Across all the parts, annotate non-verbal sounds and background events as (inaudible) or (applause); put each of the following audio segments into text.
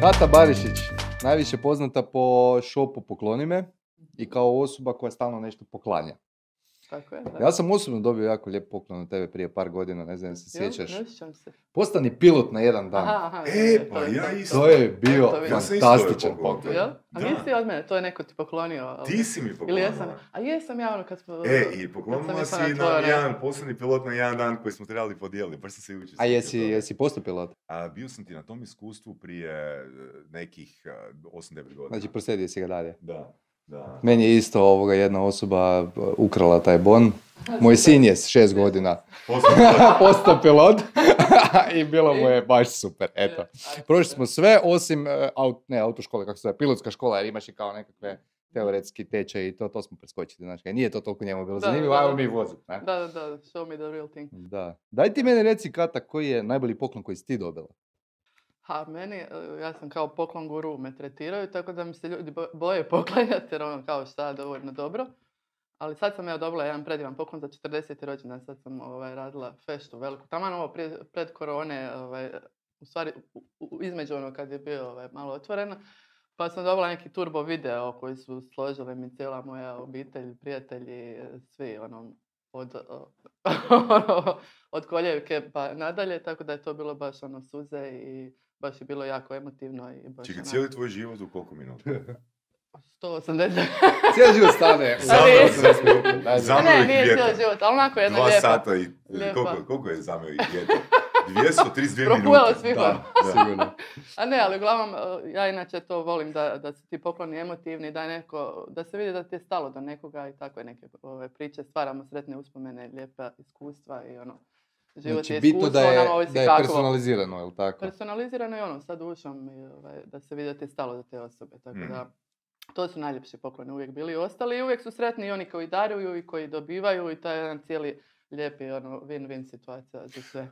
Kata Barišić, najviše poznata po šopu Pokloni me i kao osoba koja stalno nešto poklanja. Tako je. Ja sam osobno dobio jako lijep poklon od tebe prije par godina, ne znam da se sjećaš. Ne sjećam se. Postani pilot na jedan dan. Aha, aha. E, to pa je ja to. isto. To je bio (laughs) To vidim. Ja sam isto ovaj fantastičan poklon poklon. dobio. Jel? A Da. nisi od mene, to je neko ti poklonio. ali- Ti si mi poklonila. Ili jesam, a jesam ja ono kad smo... E, i Kad poklonila si sam išla na nam tvoje- jedan posebni pilot na jedan dan koji smo trebali podijeliti, baš sam se jučer A sjetio jesi, toga. jesi postao pilot? A bio sam ti na tom iskustvu prije e, nekih e, 8-9 godina. Znači, proslijedio si ga dalje. Da, da. Meni je isto ovoga jedna osoba e, ukrala taj bon. Moj sin je s šest godina (laughs) Posebni pilot. postao pilot (laughs) i bilo mu je baš super, eto. Je, ajde. Prošli smo sve osim e, aut, ne, autoškole, kako se zove, pilotska škola, jer imaš i kao nekakve teoretski tečaj i to, to smo preskočili, znaš, kaj nije to toliko njemu bilo Da, zanimljivo, da, ajmo da. mi vozit, ne? Da, da, da, show me the real thing. Da. Daj ti meni reci, Kata, koji je najbolji poklon koji si ti dobila? Ha, meni, e, ja sam kao poklon guru me tretiraju, tako da mi se ljudi bo- boje poklanjati, jer ono kao šta, dovoljno dobro. Ali sad sam ja dobila jedan predivan poklon za 40. rođendan, sad sam ovaj, radila feštu veliku. Taman ovo prije, pred korone, ovaj, u stvari u- u- između ono kad je bio ovaj, malo otvoreno, pa sam dobila neki turbo video koji su složili mi cijela moja obitelj, prijatelji, e, svi ono, od, o, (laughs) ono, od koljevke pa nadalje, tako da je to bilo baš ono suze i baš je bilo jako emotivno i baš Čekaj, onak, cijeli tvoj život u koliko minuta? 180 Cijeli život (laughs) stane. Sad je. u 80 minuta, daj, Za- A Zamro (laughs) ne, i nije dijete. cijeli život, ali onako jedna Dva lijepa. sata i lijepa. koliko, koliko je zameo i dijete? 232 minute. Prohujao svih Da, da, da. sigurno. A ne, ali uglavnom, e, ja inače to volim da, da su ti pokloni emotivni, da, je neko, da se vidi da ti je stalo do nekoga i tako je neke ove, priče. Stvaramo sretne uspomene, lijepa iskustva i ono, život Znači, je bitno iskustvo, da je, nama ovisi da je kakvo. personalizirano, jel tako? Personalizirano je ono, sad ušom, i, ovaj, da se vidi da ti je stalo do te osobe. Tako Mm. da, to su najljepši pokloni uvijek bili i ostali i uvijek su sretni i oni koji daruju i koji dobivaju i to je jedan cijeli lijepi ono, win-win situacija za sve. E,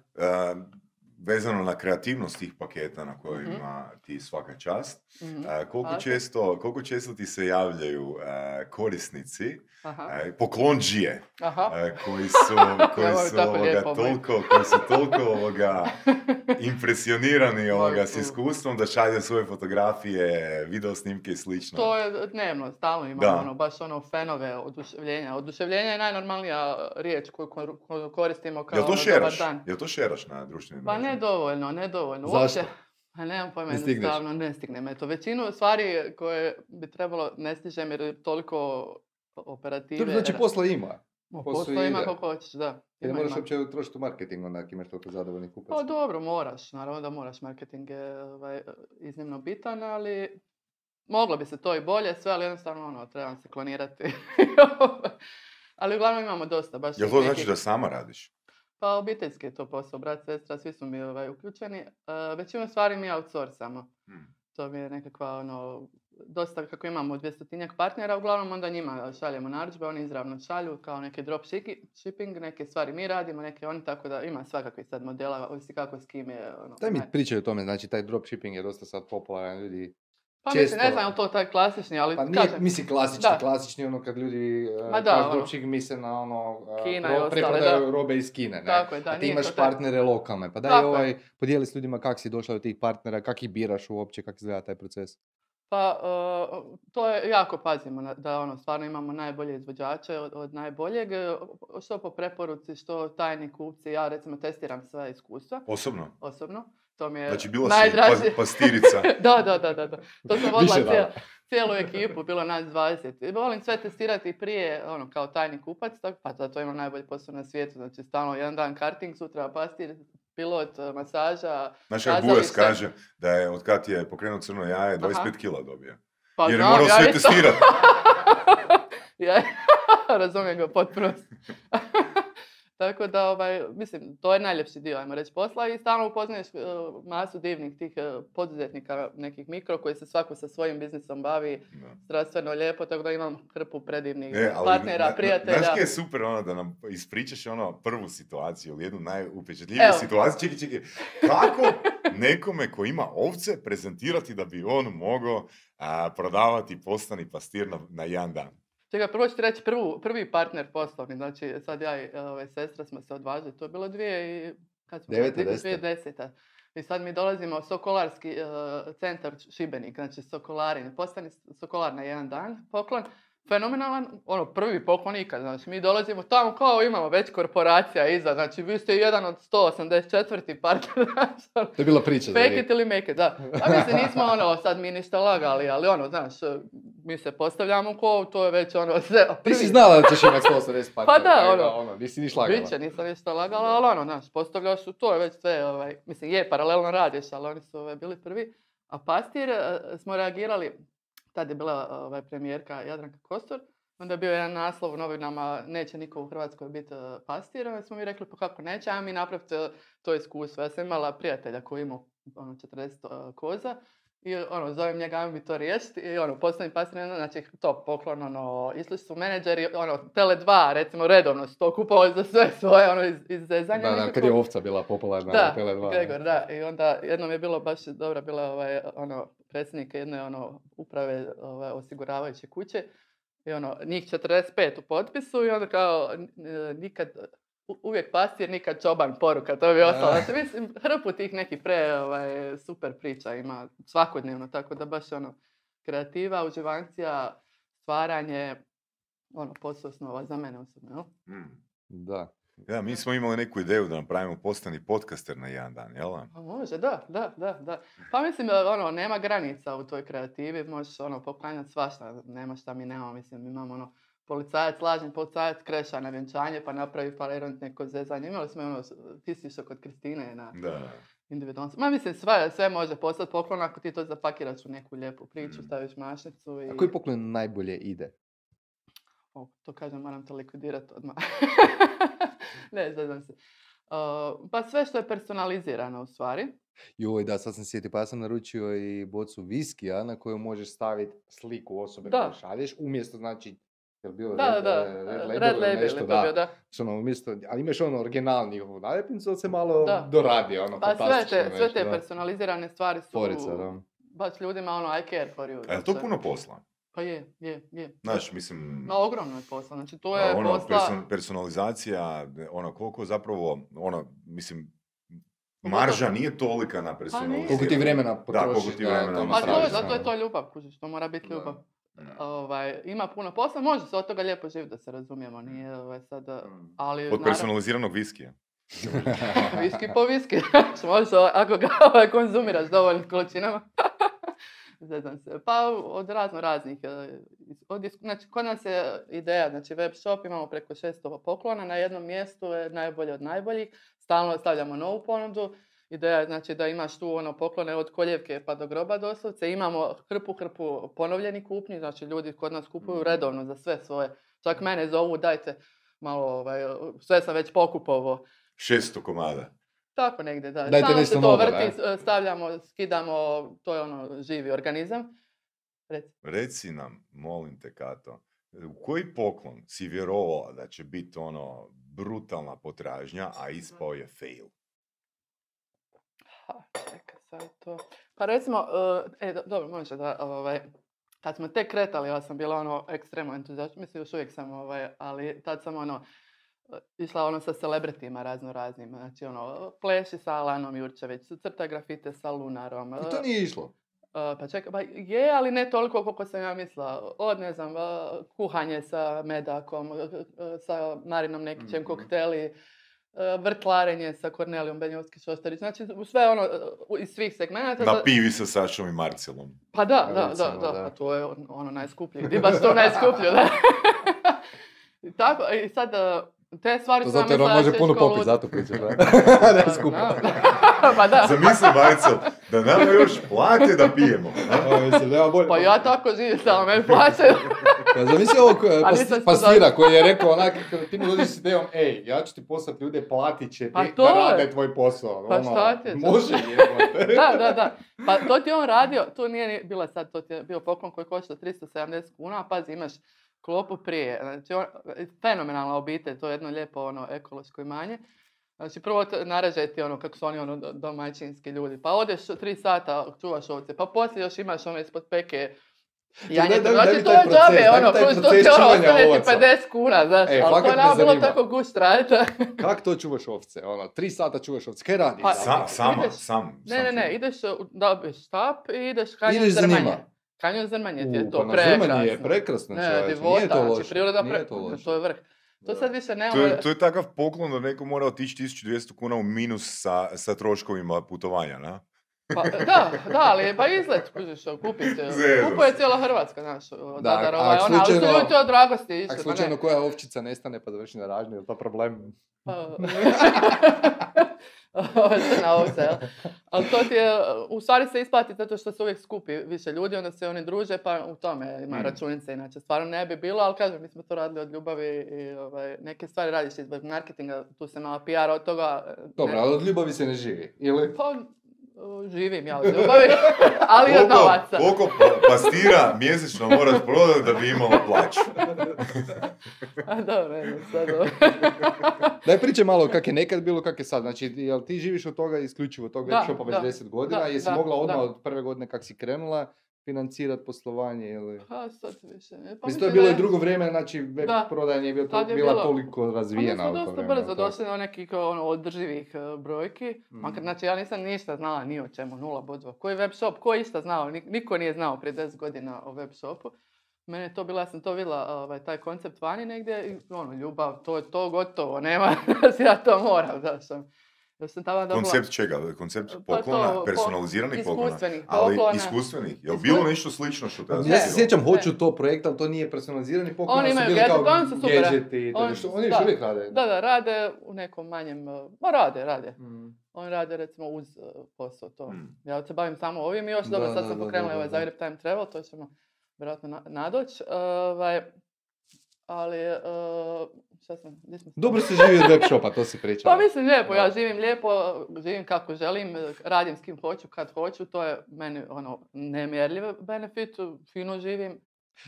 vezano na kreativnost tih paketa na kojima ti svaka čast, Mhm. e, koliko, Hvala. često, koliko često ti se javljaju e, korisnici, Aha, e, poklonđije, aha. e, koji (laughs) su, koji ovo je su tako ovoga, lijepo, moj. toliko, koji su toliko ovoga, (laughs) impresionirani ovoga, s Moj, u. iskustvom da šalju svoje fotografije, video snimke i slično. To je dnevno, stalno imamo Da. ono, baš ono fenove oduševljenja. Oduševljenje je najnormalnija e, riječ koju kor- koju koristimo kao Jel to ono, dobar šeraš? dan. Jel to šeraš na društvenim Pa ne mrežama? dovoljno, ne dovoljno. Zašto? Uopće, pa nemam pojma, Ne stigneš? jednostavno ne stignem. Eto, većinu stvari koje bi trebalo ne stižem jer je toliko operative. Dobro, znači posla ima. Ma, posao posla ima ide. koliko hoćeš, da. Jer ne Ima, moraš ima. uopće trošiti u marketing, onda ako imaš toliko zadovoljnih kupaca. Pa dobro, moraš, naravno da moraš, marketing je ovaj, iznimno bitan, ali moglo bi se to i bolje, sve, ali jednostavno ono, trebam se klonirati. (laughs) ali uglavnom imamo dosta, baš Jel tih to nekih- znači da sama radiš? Pa obiteljski je to posao, brat, sestra, svi su mi ovaj, uključeni. E, većinu stvari mi outsourcamo. Hmm. To mi je nekakva ono, dosta kako imamo 200 partnera, uglavnom onda njima šaljemo narudžbe, oni izravno šalju kao neki drop shipping, neke stvari mi radimo, neke oni, tako da ima svakakvih sad modela, ovisi kako s kim je. Ono, Daj mi naj- pričaj o tome, znači taj dropshipping je dosta sad popularan, ljudi Pa mislim, često- ne znam je li to taj klasični, ali Pa nije, kažem, mislim klasični, Da. klasični ono kad ljudi e, Ma da, kažu ono. dropshipping misle na ono e, Kina ro- i ostale, preprodaju da. robe iz Kine, ne? tako je, da, A ti nije imaš to taj- partnere lokalne, pa daj Tako je. ovaj, podijeli s ljudima kak si došla do tih partnera, kak ih biraš uopće, kak izgleda taj proces. Pa e, to je jako pazimo na- da ono stvarno imamo najbolje izvođače od, od najboljeg e, što po preporuci što tajni kupci ja recimo testiram sva iskustva Osobno? osobno to mi je Znači bila si najdraži pa- pastirica. (laughs) da, da, da, da, da. To sam vodila Više cijel- dana. cijelu, ekipu, bilo nas 20. I Volim sve testirati prije, ono, kao tajni kupac, tako, pa zato imam najbolji posao na svijetu. Znači, stalno jedan dan karting, sutra pastir, pilot, e, masaža. (laughs) Znaš kako Kazalište. Bujas kaže da je od kad je pokrenuo crno jaje 25 Aha. kila dobio. Pa Jer je znam, morao ja sve isto. (laughs) testirati. Ja (laughs) razumijem ga potpuno. (laughs) Tako da, ovaj, mislim, to je najljepši dio, ajmo reći, posla i stalno upoznaješ e, masu divnih tih e, poduzetnika, nekih mikro, koji se svako sa svojim biznisom bavi, Da. strastveno lijepo, tako da imam hrpu predivnih E, ali partnera, na- na- prijatelja. Znaš kaj je super ono da nam ispričaš ono prvu situaciju ili jednu najupečatljiviju Evo. situaciju. Čekaj, čekaj. Kako nekome ko ima ovce prezentirati da bi on mogao a, prodavati postani pastir na, na jedan dan? Čekaj, prvo ću ti reći prvu, prvi partner poslovni, znači sad ja i ovaj, sestra smo se odvažili, to je bilo dvije i... Kad smo Deveta, bili? deseta. Dvije deseta. I sad mi dolazimo u Sokolarski eh, centar Šibenik, znači Sokolarin. Postani Sokolar na jedan dan, poklon. Fenomenalan, ono, prvi poklon ikad. Znači, mi dolazimo tamo kao imamo već korporacija iza. Znači, vi ste jedan od 184. partner. (laughs) Znači, ono, To je bila priča za Fake Riku. it ili make it, da. A mi se nismo ono, sad mi ništa lagali, ali ono, znaš, mi se postavljamo ko, to je već ono, sve, Ti si znala da ćeš imati (laughs) 180 partnera. da, tako ono. ono. Nisi ni šlagala. Biće, nisam ništa lagala, ali ono, znaš, postavljaš u to, je već sve, ovaj, mislim, je, paralelno radiš, ali oni su ovaj, bili prvi. A pastir eh, smo reagirali, tad je bila ovaj, premijerka Jadranka Kosor, onda je bio jedan naslov u novinama, neće niko u Hrvatskoj biti eh, pastir, onda smo mi rekli, pa kako neće, a mi napravite to iskustvo. Ja sam imala prijatelja koji ima ono, 40 eh, koza, i ono, zovem njega, ajmo mi to riješiti. I ono, postavim pastir, ono, znači to poklon, ono, išli su menadžeri, ono, Tele2, recimo, redovno su to kupovali za sve svoje, ono, iz, iz Da, zezanja. da, kad je nekako. ovca bila popularna ono, Da, na Tele2. Gregor, da. I onda jednom je bilo baš dobra bila ovaj, ono, predsjednik jedne ono, uprave ovaj, osiguravajuće kuće. I ono, njih 45 u potpisu i onda kao n- e, nikad, u- uvijek pastir, nikad čoban poruka, to bi ostalo. Da. Znači, mislim, hrpu tih neki pre ovaj, super priča ima svakodnevno, tako da baš ono, kreativa, uživancija, stvaranje, ono, posao snova za mene osobno, jel? Mm. Da. Da, mi smo imali neku ideju da napravimo postani podcaster na jedan dan, jel? da? Pa može, da, da, da, da. Pa mislim, da, ono, nema granica u toj kreativi, možeš ono, poklanjati svašta, nema šta mi nemamo, mislim, mi imamo ono, policajac, lažni policajac, kreša na vjenčanje, pa napravi paleront neko zezanje. Imali smo ono, ti si išao kod Kristine na Da, da. individualnost. Ma mislim, sve, sve može postati poklon ako ti to zapakiraš u neku lijepu priču, Mm. staviš mašnicu i... A koji poklon najbolje ide? O, to kažem, moram to likvidirati (laughs) odmah. ne, zezam se. Uh, pa sve što je personalizirano u stvari. Joj, da, sad sam sjetio, pa ja sam naručio i bocu viskija na koju možeš staviti sliku osobe Da. koju šalješ, umjesto znači, jel bilo Da, da, red, da. eh, red Red label label, ili je nešto, to da. bio, da. Znači, ono, umjesto, ali imaš ono original njihovu naljepnicu, ali se malo Da. doradi, ono, Pa sve fantastično te, sve nešto, te da. personalizirane stvari su Tvorica, (laughs) da. baš ljudima ono I care for you. A je li E, to znači. puno posla? Pa je, je, je. Znaš, mislim... Ma ogromno je posla, znači to A je ono, posla... person- personalizacija, ono, koliko zapravo, ono, mislim, Koliko? marža nije tolika na personalizaciju. Koliko ti vremena potrošiš koliko ti vremena tome Pa to je, radiš, zato da. je to ljubav, kužiš, to mora biti ono. Da. ljubav. Da. Ovaj, ima puno posla, može se od toga lijepo živjeti da se razumijemo, nije ovaj, sad... Ali, Od naravno, personaliziranog viskija. (laughs) (laughs) viski po viski, znači možeš ovaj- ako ga (laughs) ovaj, konzumiraš dovoljnim količinama. (laughs) Zezam se. Pa od razno raznih. e, iz- Od, is- znači, kod nas je ideja, znači web shop, imamo preko 600 poklona, na jednom mjestu je najbolje od najboljih, stalno stavljamo novu ponudu. Ideja je znači da imaš tu ono poklone od koljevke pa do groba doslovce. Imamo hrpu hrpu ponovljeni kupnji, znači ljudi kod nas kupuju redovno za sve svoje. Čak mene zovu dajte malo, ovaj, sve sam već pokupovo. 600 komada. Tako negdje, da. Dajte Stalno nešto se to novo, vrti, stavljamo, skidamo, to je ono živi organizam. Reci. Reci nam, molim te, Kato, u koji poklon si vjerovala da će biti ono brutalna potražnja, a ispao je fail? Ha, čekaj sad to. Pa recimo, eh, e, do- dobro, može da, ovaj, kad smo tek kretali, ja sam bila ono ekstremno entuzijastična, mislim još uvijek sam, ovaj, ali tad sam ono, eh, išla ono sa celebritima razno raznim, znači ono, pleši sa Alanom Jurčević, crta grafite sa (laughs) Lunarom. I eh, Pa to nije išlo. Uh, pa čekaj, pa je, ali ne toliko koliko sam ja mislila. Od, ne znam, uh, kuhanje sa medakom, uh, uh, sa Marinom Nekićem, Mhm. kokteli, uh, vrtlarenje sa Kornelijom Benjovski-Šostarić. Znači, u sve ono, uh, iz svih segmenata. Na za- pivi sa Sašom i Marcelom. pa da, da, da, Recimo, da, da. pa to je on- ono najskuplje. Gdje baš to najskuplje, da. (laughs) I Tako, i sad, uh, te stvari To sam ja zato jer on mislila da može ću puno ići ko popiti, lud. zato pričaš, (laughs) da. (laughs) Pa, ne skupo. da. (laughs) pa (laughs) da. Zamisli, Marcel, da nama još plate da (laughs) pijemo. Ovo, mislim, nema bolje. Pa ja tako živim, samo meni plaćaju. Ja zamisli ovog eh, pas- A nisam se pastira koji je rekao onak, kada ti mu dođeš s idejom, ej, ja ću ti poslati ljude, platit će ti Pa to da je. rade tvoj posao. Pa Ono, šta ti je to? Može (laughs) (laughs) jebote. da, da, da. Pa to ti je on radio, to nije ni- bila sad, to ti je bio poklon koji košta 370 kuna, a pazi, imaš klopu prije. Znači, on, fenomenalna obitelj, to je jedno lijepo ono, ekološko imanje. Znači, prvo te- naražaj ti ono, kako su oni ono, do- domaćinski ljudi. Pa odeš tri sata, čuvaš ovce, pa poslije još imaš ono ispod peke Ja Daj- ne daj- daj mi znači to taj je proces, džabe, daj mi ono, taj plus to proces ti ono čuvanja ostane ovaca. ti 50 kuna, znaš, E, ali fakat to je me nama bilo zanima. tako gušt raditi. Kak to čuvaš ovce? Ono, tri sata čuvaš ovce. Kaj radiš? Pa, Sam, zapravo? sama, ideš- sam. Ne, sam ne, ne, ću- ideš, u- dobiješ štap i ideš kanjon Ideš za zrmanje. njima. Kanjon zrmanje ti je U, to, pa na Zrmanji prekrasno. je prekrasno, Ne, čovječe, divota, nije to znači loše, priroda pre- nije to loše. je vrh. To sad više nema... To je, to je takav poklon da neko mora otići 1200 kuna u minus sa, sa troškovima putovanja, na? Pa, da, da, ali pa izlet, kužiš, kupiti. Zezno. Kupuje cijela Hrvatska, znaš, od Da, Zadara, ak- ovaj, ak ona, ali su slučajno- ljudi to od dragosti išli, Ako ma pa ne. slučajno koja ovčica nestane pa završi na ražnju, je li to problem? (laughs) Pa- (laughs) Ovo je crna ovca, jel? Ali to ti je, u stvari se isplati zato što se uvijek skupi više ljudi, onda se oni druže, pa u tome ima Mm. računice, inače stvarno ne bi bilo, ali kažem, mi smo to radili od ljubavi i ovaj, neke stvari radiš iz marketinga, tu se malo PR od toga. e, Dobro, ne- ali od ljubavi se ne živi, ili? Pa, e, živim ja od ljubavi, (laughs) ali i od Koliko- novaca. (laughs) Koliko pa- pastira mjesečno moraš prodati da bi imao (laughs) plaću? A dobro, evo, sad ovo. (laughs) Daj priče malo kak je nekad bilo, kak je sad. Znači, jel ti živiš od toga, isključivo od toga, Da, da, shopa već da, 10 godina, da, jesi da, mogla odmah da. od prve godine kak si krenula financirati poslovanje ili... Pa, sad više. ne. Pa Mislim, to je mislim bilo da i drugo vrijeme, znači web Da. prodajanje je, bilo to, Tad je bila bilo- toliko Pa mi razvijena smo u to dosta vrijeme. brzo tako. došli do nekih ono, održivih e, brojki. Makar, Mhm. znači, ja nisam ništa znala ni o čemu, nula bodova. Koji web shop, ko je išta znao? Nik- Niko nije znao prije 10 godina o web shopu. Mene je to bila, ja sam to vidjela, ovaj, taj koncept vani negdje i ono, ljubav, to je to gotovo, nema, (laughs) ja to moram, znaš. ono. Ja sam tamo dobila Koncept čega? Koncept Pa to, poklona? po- personaliziranih poklona? iskustvenih Ali poklona. iskustvenih? Je li Iskus- bilo nešto slično što te Ja Ne. se zaslužilo? sjećam, hoću to projekt, ali to nije personalizirani poklon, E. Oni ali su imaju bili gadget, kao oni su super. gadgeti i to Oni nešto. su- Oni još da. uvijek rade. Da, da, rade u nekom manjem, e, ma rade, rade. Mm. Oni rade recimo uz e, posao to. Mm. Ja se bavim samo ovim i još dobro, Da, sad da, sam da, pokrenula da, ovaj da. Zagreb Time Travel, to ćemo vjerojatno na- nadoć. Ovaj, ali, e, šta sam, gdje smo? Dobro se živi od web shopa, to si pričala. Pa mislim lijepo, ja Da. živim lijepo, živim kako želim, radim s kim hoću, kad hoću, to je meni ono nemjerljiv benefit, fino živim.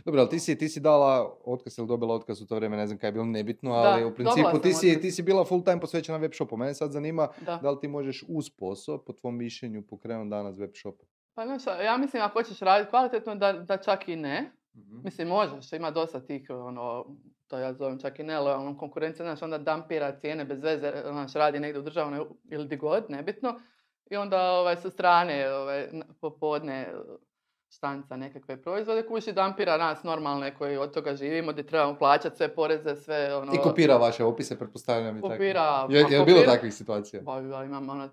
Dobro, ali ti si, ti si dala otkaz ili dobila otkaz u to vrijeme, ne znam kaj je bilo nebitno, Da, ali u dobila principu sam ti si, otkaz. ti si bila full time posvećena web shopu. Mene sad zanima Da. da li ti možeš uz posao, po tvom mišljenju, pokrenuti danas web shop. Pa znaš, ja mislim ako hoćeš raditi kvalitetno da, da čak i ne, Mislim, možeš, ima dosta tih, ono, to ja zovem čak i nelojalnom konkurencija, znaš, onda dampira cijene bez veze, znaš, radi negdje u državnoj u- ili di god, nebitno, i onda ovaj, sa strane ovaj, n- popodne štanca nekakve proizvode, kuši dampira nas normalne koji od toga živimo, gdje trebamo plaćati sve poreze, sve ono... I kopira vaše opise, pretpostavljam i tako. Kopira, Je, pa je li bilo kopira. takvih situacija? Ba, ja imam ono,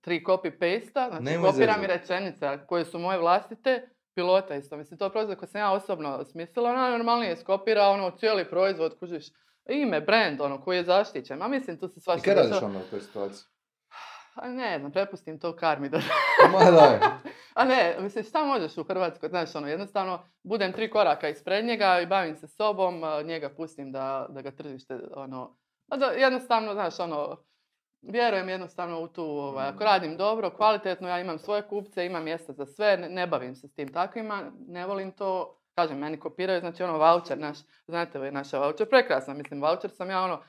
tri copy paste znači Nemoj kopiram i zezat. rečenice koje su moje vlastite, pilota isto. Mislim, to je proizvod koji sam ja osobno smislila, ono najnormalnije skopira, ono, cijeli proizvod, kužiš, ime, brand, ono, koji je zaštićen. A mislim, tu se I svašta... kaj radiš dešava. onda u toj situaciji? (laughs) A ne znam, prepustim to karmi da... Ma da, A ne, mislim, šta možeš u Hrvatskoj, znaš, ono, jednostavno, budem tri koraka ispred njega i bavim se sobom, a, njega pustim da, da ga tržište, ono, a da, jednostavno, znaš, ono, vjerujem jednostavno u tu, ovaj, ako radim dobro, kvalitetno, ja imam svoje kupce, imam mjesta za sve, ne, ne bavim se s tim takvima, ne volim to, kažem, meni kopiraju, znači, ono, voucher naš, znate vi, naša voucher, prekrasna, mislim, voucher sam ja, ono,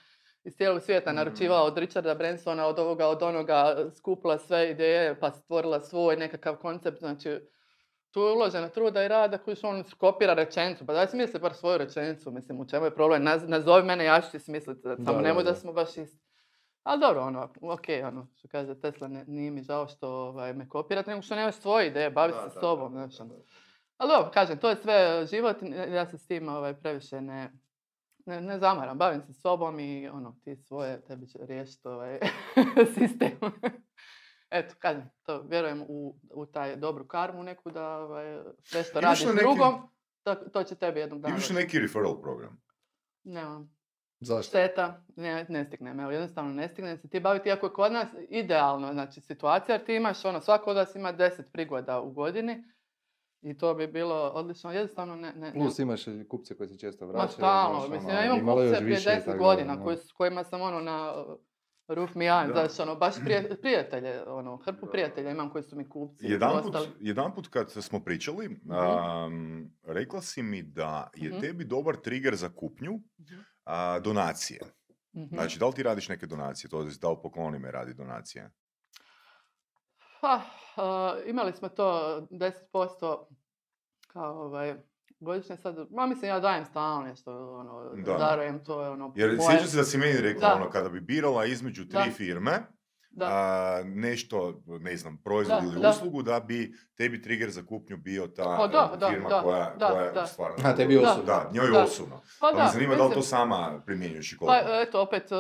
iz cijelog svijeta Mhm. naručivala od Richarda Bransona, od ovoga, od onoga, skupila sve ideje, pa stvorila svoj nekakav koncept, znači tu je uložena truda i rada koji su on skopira rečenicu, pa daj smisli bar svoju rečenicu, mislim u čemu je problem, Naz- nazovi mene, ja ću ti smisliti, samo da, nemoj da, da. smo baš isti. Ali dobro, ono, ok, ono, što kaže Tesla, ne- nije mi žao što ovaj, me kopirate, nego što nemaš svoje ideje, bavi Da, se da, da, sobom, da, znaš, da, ono. da. Ali dobro, kažem, to je sve e, život, n- ja se s tim ovaj, previše ne, ne, ne zamaram, bavim se sobom i ono, ti svoje, tebi će riješiti ovaj (laughs) sistem. (laughs) Eto, kažem, to vjerujem u, u taj dobru karmu neku da ovaj, sve što Imaš radiš li neki- drugom, to, to će tebi jednog dana. Imaš li doći. neki referral program? Nemam. zašto? Šteta, ne, ne stignem, evo, jednostavno ne stignem se ti baviti, iako je kod nas idealno, znači, situacija, jer ti imaš, ono, svako od vas ima 10 prigoda u godini i to bi bilo odlično, jednostavno ne, ne, Plus imaš i kupce koji se često Ma vraćaju. stalno, znaš, mislim, ono, ja imam imalo je kupce još prije više, 10 tako da, godina ono. koji, s kojima sam ono na uh, roof me I'm, Da. znaš, ono, baš (clears throat) prije- prijatelje, ono, hrpu Da. prijatelja imam koji su mi kupci. Jedanput, ostali. jedanput kad smo pričali, am, rekla si mi da je Mhm. tebi dobar trigger za kupnju a, donacije. Mhm. Mhm. Znači, da li ti radiš neke donacije? To je, da li pokloni me radi donacije? uh, Pa, a, imali smo to 10% kao ovaj, godišnje sad, ma mislim ja dajem stalno nešto, ono, Da. darujem, to je ono... Jer moje- sjećam se da si meni rekla, Da. ono, kada bi birala između tri Da. firme, Da. a, nešto, ne znam, proizvod Da, ili da. uslugu, da bi tebi trigger za kupnju bio ta Pa da, e, da, firma da, koja, da, koja da. stvarno... A, tebi Da. osobno. Da, njoj Da. osobno. pa Pa me zanima da li to mislim- sama primjenjuješ i koliko. Pa eto, opet, e,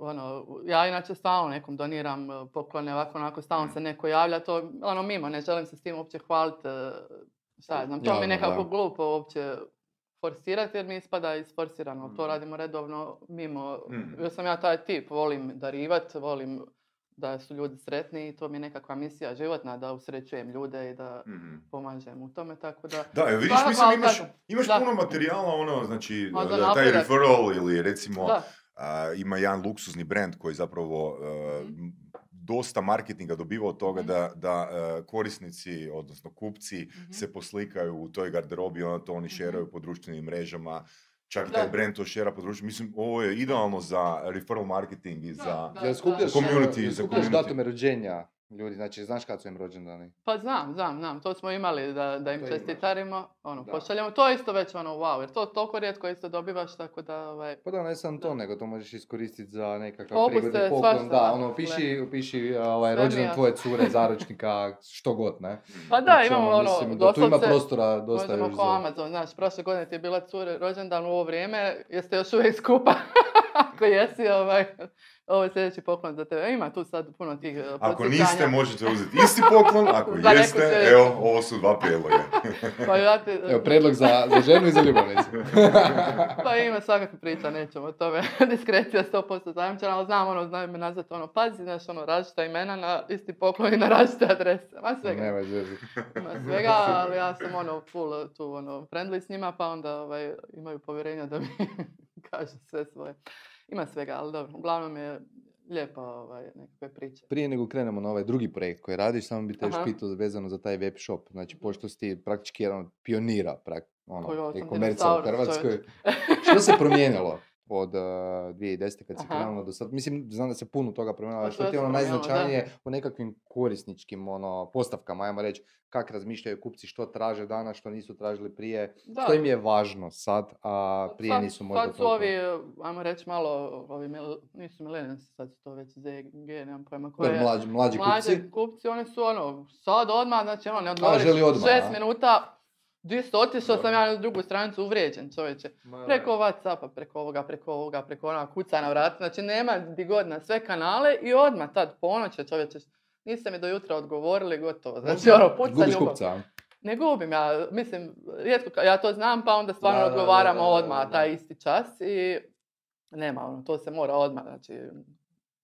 ono, ja inače stalno nekom doniram e, poklone, ovako, onako, stalno Mm. se neko javlja, to, ono, mimo, ne želim se s tim uopće hvaliti, e, šta ja znam, to mi je Javno, da. nekako glupo uopće forsirati, jer mi ispada isforsirano, to Mm. radimo redovno, mimo, Mm. jer sam ja taj tip, volim darivat, volim da su ljudi sretni i to mi je nekakva misija životna, da usrećujem ljude i da Mhm. pomažem u tome, tako da... Da, evo vidiš, Stvarno, mislim, ali imaš, kažem, imaš da. puno materijala, ono, znači, Ma, za da, taj napredak. referral ili recimo, Da, a, ima jedan luksuzni brand koji zapravo e, Mhm. m, dosta marketinga dobiva od toga Mhm. da, da e, korisnici, odnosno kupci, mhm. se poslikaju u toj garderobi, onda to oni Mhm. šeraju po društvenim mrežama, čak Da. taj brand to šera po društvenim, mislim, ovo je idealno za referral marketing i Da, za... da. Jel skupljaš, Community, jel za skupljaš community. datume rođenja ljudi, znači znaš kad su im rođendani. Pa znam, znam, znam, to smo imali da, da im To imaš. čestitarimo, ono, Da. pošaljemo, to je isto već ono wow, jer to toliko rijetko isto dobivaš, tako da, ovaj, Pa da, ne samo to, Da. nego to možeš iskoristiti za nekakav Obuste, prigodni poklon. svašta, Da, da, ono, piši, piši a, Sve ovaj, mi je rođendan jasno. tvoje cure, (laughs) zaručnika, što god, ne. pa da, Znači, imamo ono, ono, mislim da tu ima doslovce, prostora dosta još možemo ko za... Amazon, znaš, prošle godine ti je bila cure rođendan u ovo vrijeme, jeste još uvijek skupa, (laughs) ako jesi, ovaj, ovo je sljedeći poklon za tebe, ima tu sad puno tih eh, Ako podsjećanja. niste, možete uzeti isti poklon, ako (laughs) Za neku jeste, sljedeću. evo, ovo su dva prijedloga. (laughs) pa, ja ti- Evo, predlog za, za ženu i za ljubavnicu. (laughs) Pa ima svakakve priča, nećemo o tome. (laughs) Diskrecija 100% zajamčena, ali znam, ono, znaju me nazvati, ono, pazi, znaš, ono, različita imena na isti poklon i na različite adrese. Ma (laughs) svega, Nema zveze. ima svega, ali ja sam, ono, full eh, tu, ono, friendly s njima, pa onda, ovaj, imaju povjerenja da mi (laughs) kažu sve svoje. Ima svega, ali dobro, uglavnom je lijepa, ovaj, nekakve priče. Prije nego krenemo na ovaj drugi projekt koji radiš, samo bi te još Aha. Mhm. pitao vezano za taj web shop. Znači, pošto si ti praktički jedan od pionira prak, Koji ono, ovo sam e-komerca u dinosaur, Hrvatskoj, (laughs) što se promijenilo od uh, 2010. kad si Aha. krenula do sad? Mislim, znam da se puno toga promijenilo, ali Pa što sve ti je se ono promijenilo, da. najznačajnije u nekakvim korisničkim ono, postavkama, ajmo reći, kak razmišljaju kupci, što traže danas, što nisu tražili prije, Da. što im je važno sad, a prije Pa Sad- nisu možda Sad su toliko. ovi, eh, ajmo reći malo, ovi, mil- nisu milenijanci, sad su to već ZG, nemam pojma koje Dobro, mlađi, mlađi Znači, kupci. Mlađi kupci, oni su ono, sad odmah, znači ono, ne odgovoriš želi odmah, šest a? minuta, di si otišao Da. sam ja na drugu stranicu uvrijeđen čovječe. Preko Whatsappa, preko ovoga, preko ovoga, preko onoga, kuca na vrat, znači nema di god na sve kanale i odmah tad ponoće čovječe, niste mi do jutra odgovorili, gotovo, znači ono, puca Gubiš ljubav. kupca. a? Ne gubim ja, mislim, rijetko ka- ja to znam, pa onda stvarno Da, da, da, odgovaramo da, da, odmah da. taj isti čas i nema, ono, to se mora odmah, znači,